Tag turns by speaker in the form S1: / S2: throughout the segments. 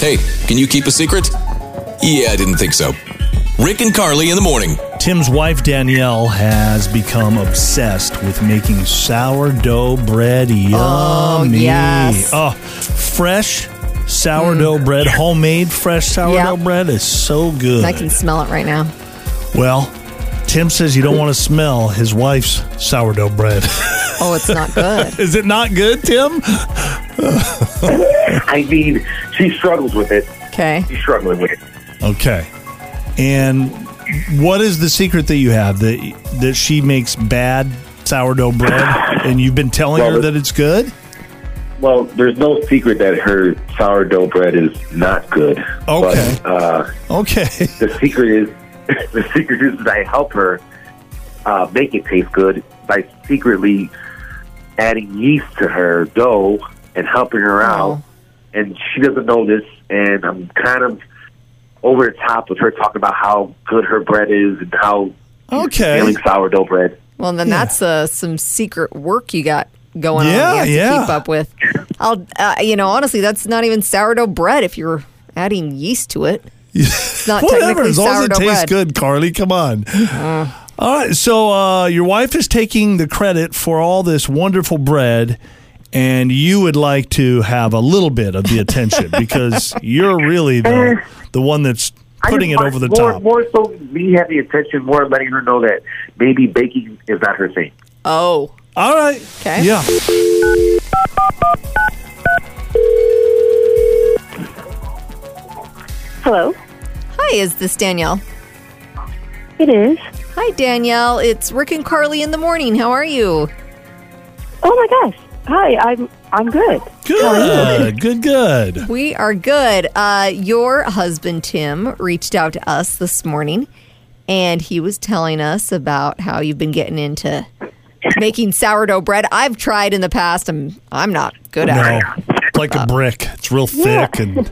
S1: Hey, can you keep a secret? Yeah, I didn't think so. Rick and Carly in the morning.
S2: Tim's wife Danielle has become obsessed with making sourdough bread. Yummy. Oh,
S3: yes. Mm.
S2: fresh sourdough bread, homemade fresh sourdough
S3: Yeah.
S2: bread is so good.
S3: I can smell it right now.
S2: well, Tim says you don't want to smell his wife's sourdough bread.
S3: Oh, it's not good.
S2: is it not good, Tim?
S4: I mean, she struggles with it.
S3: Okay.
S4: She's struggling with it.
S2: Okay. And what is the secret that you have that that she makes bad sourdough bread and you've been telling her
S4: Robert.
S2: that it's good?
S4: Well, there's no secret that her sourdough bread is not good.
S2: Okay.
S4: But, uh,
S2: Okay.
S4: the secret is the secret is that I help her uh, make it taste good by secretly adding yeast to her dough and helping her out.
S3: Oh.
S4: And she doesn't know this, and I'm kind of over the top with her talking about how good her bread is and how
S2: Okay.
S4: failing sourdough bread.
S3: Well, then that's uh, some secret work you got going on.
S2: Yeah,
S3: that you have
S2: yeah.
S3: To keep up with. I'll, uh, you know, honestly, that's not even sourdough bread if you're adding yeast to it. It's not
S2: Whatever,
S3: technically
S2: as long as it
S3: sourdough
S2: tastes
S3: bread.
S2: good, Carly. Come on. all right. So uh, your wife is taking the credit for all this wonderful bread, and you would like to have a little bit of the attention because you're really the the one that's
S4: I
S2: putting it
S4: just
S2: over the
S4: find more,
S2: top.
S4: More so, me having attention, more letting her know that maybe baking is not her thing.
S3: Oh,
S2: All right.
S3: 'Kay.
S2: Yeah.
S5: Hello.
S3: hi. Is this Danielle?
S5: It is.
S3: Hi, Danielle. It's Rick and Carly in the morning. How are you?
S5: Oh my gosh. Hi. I'm I'm good.
S2: Good. Good. Good.
S3: We are good. Uh, your husband, Tim, reached out to us this morning and he was telling us about how you've been getting into making sourdough bread. I've tried in the past and I'm not good
S2: No,
S3: at it.
S2: it's like a brick. It's real thick, and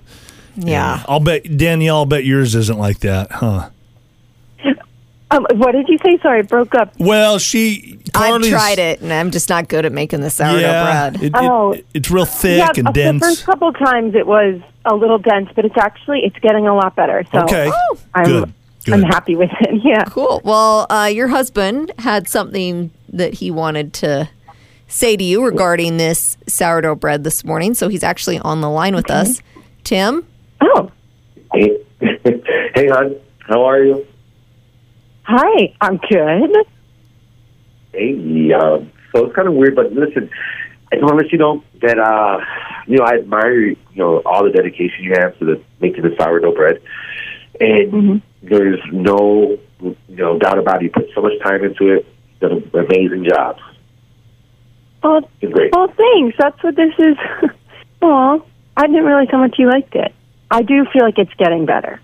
S3: Yeah.
S2: I'll bet Danielle. I'll bet yours isn't like that, huh?
S5: Um, what did you say? Sorry, it broke up.
S2: Well, she.
S3: I've
S2: Carly's,
S3: tried it and I'm just not good at making the sourdough
S2: Yeah, it-
S3: bread.
S2: it-
S5: Oh.
S2: it's real thick
S5: yeah,
S2: and
S5: uh,
S2: dense.
S5: the first couple times it was a little dense, but it's actually it's getting a lot better. So
S2: Okay. Oh.
S5: I'm
S2: Good, good.
S5: I'm happy with it. Yeah.
S3: Cool. Well, uh, your husband had something that he wanted to say to you regarding this sourdough bread this morning. So he's actually on the line with us. Tim?
S5: Oh,
S4: Hey, hey, hon, how are you?
S5: hi. I'm good.
S4: Hey, um, so it's kind of weird, but listen, I just want to let you know that uh, you know I admire you know all the dedication you have to the making the sourdough bread, and there's no you know doubt about it. You put so much time into it. You done an amazing job.
S5: Well,
S4: It's great.
S5: well, thanks. That's what this is. Well, I didn't realize how much you liked it. I do feel like it's getting better.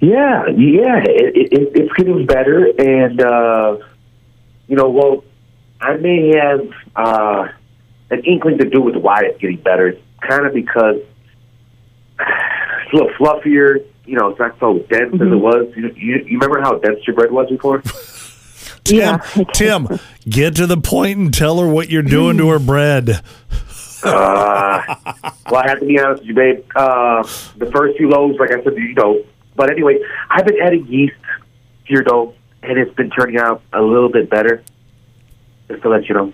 S4: Yeah, yeah, it, it, it, it's getting better, and uh, you know, well, I may have uh, an inkling to do with why it's getting better. It's kind of because it's a little fluffier. You know, it's not so dense as it was. You, you, you remember how dense your bread was before?
S2: Tim,
S5: Yeah.
S2: Tim, get to the point and tell her what you're doing to her
S5: Mm.
S2: bread.
S4: Well, I have to be honest with you, babe. Uh, the first few loaves, like I said, you know. But anyway, I've been adding yeast to your dough, and it's been turning out a little bit better. Just to let you know.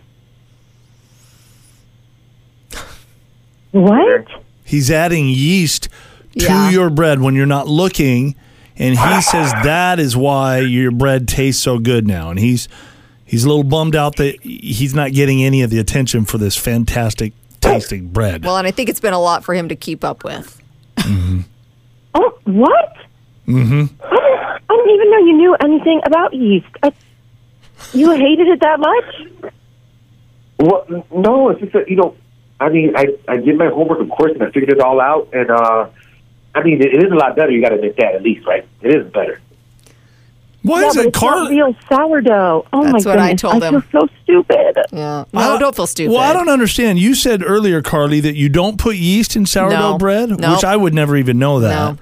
S5: What?
S2: He's adding yeast to
S3: Yeah.
S2: your bread when you're not looking, and he says that is why your bread tastes so good now. And he's he's a little bummed out that he's not getting any of the attention for this fantastic tasting bread.
S3: Well, and I think it's been a lot for him to keep up with.
S5: Oh, what? Mm-hmm. I didn't, I didn't even know you knew anything about yeast. I, you hated it that much?
S4: Well, n- no, it's just that you know, I mean, I I did my homework, of course, and I figured it all out, and uh, I mean, it, it is a lot better. You got to admit that at least, right? It is better.
S2: why
S5: yeah,
S2: is
S5: but
S2: it
S5: it's not
S2: Carly?
S5: real sourdough. Oh
S3: That's
S5: my
S3: what I
S5: goodness,
S3: told him. Mm.
S5: feel so stupid.
S3: Yeah. No,
S2: I-
S3: don't feel stupid.
S2: Well, I don't understand. You said earlier, Carly, that you don't put yeast in sourdough
S3: No.
S2: bread,
S3: Nope.
S2: which I would never even know that.
S3: No.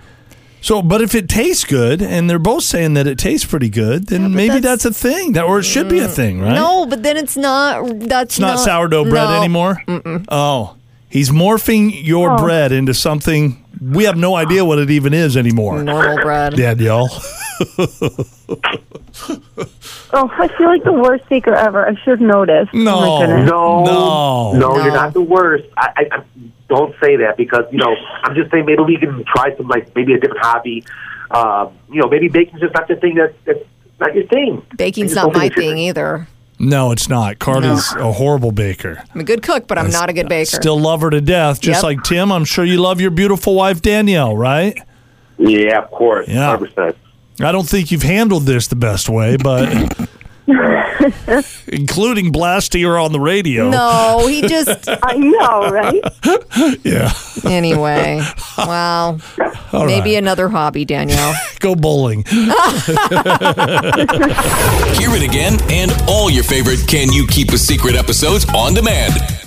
S2: So, but if it tastes good, and they're both saying that it tastes pretty good, then
S3: but
S2: maybe
S3: that's- Mm,
S2: that's, a thing, that or it should be a thing, right?
S3: No, but then it's not. That's
S2: it's not, sourdough bread
S3: no.
S2: anymore. Oh, He's morphing your
S5: Oh.
S2: bread into something we have no idea what it even is anymore.
S3: Normal bread.
S2: Danielle.
S5: Oh, I feel like the worst baker ever. I should notice.
S2: No.
S5: Oh my goodness.
S4: No,
S2: No.
S4: no,
S3: No.
S4: you're not the worst. I, I, I don't say that because you know I'm just saying maybe we can try some like maybe a different hobby. Um, you know, maybe baking's just not the thing that, that's not your thing.
S3: Baking's
S4: I just
S3: not
S4: don't
S3: my
S4: think it's your
S3: thing either.
S2: No, it's not. Carly's a horrible baker.
S3: I'm a good cook, but I'm not a good baker.
S2: Still love her to death, just
S3: Yep.
S2: like Tim. I'm sure you love your beautiful wife, Danielle, right?
S4: Yeah, of course,
S2: Yeah.
S4: hundred percent.
S2: I don't think you've handled this the best way, but including blasting her on the radio.
S3: no, he just
S5: I know, right?
S2: Yeah.
S3: anyway. Wow.
S2: All
S3: Maybe
S2: right.
S3: another hobby, Danielle.
S2: Go bowling.
S1: Hear it again and all your favorite Can You Keep a Secret episodes on demand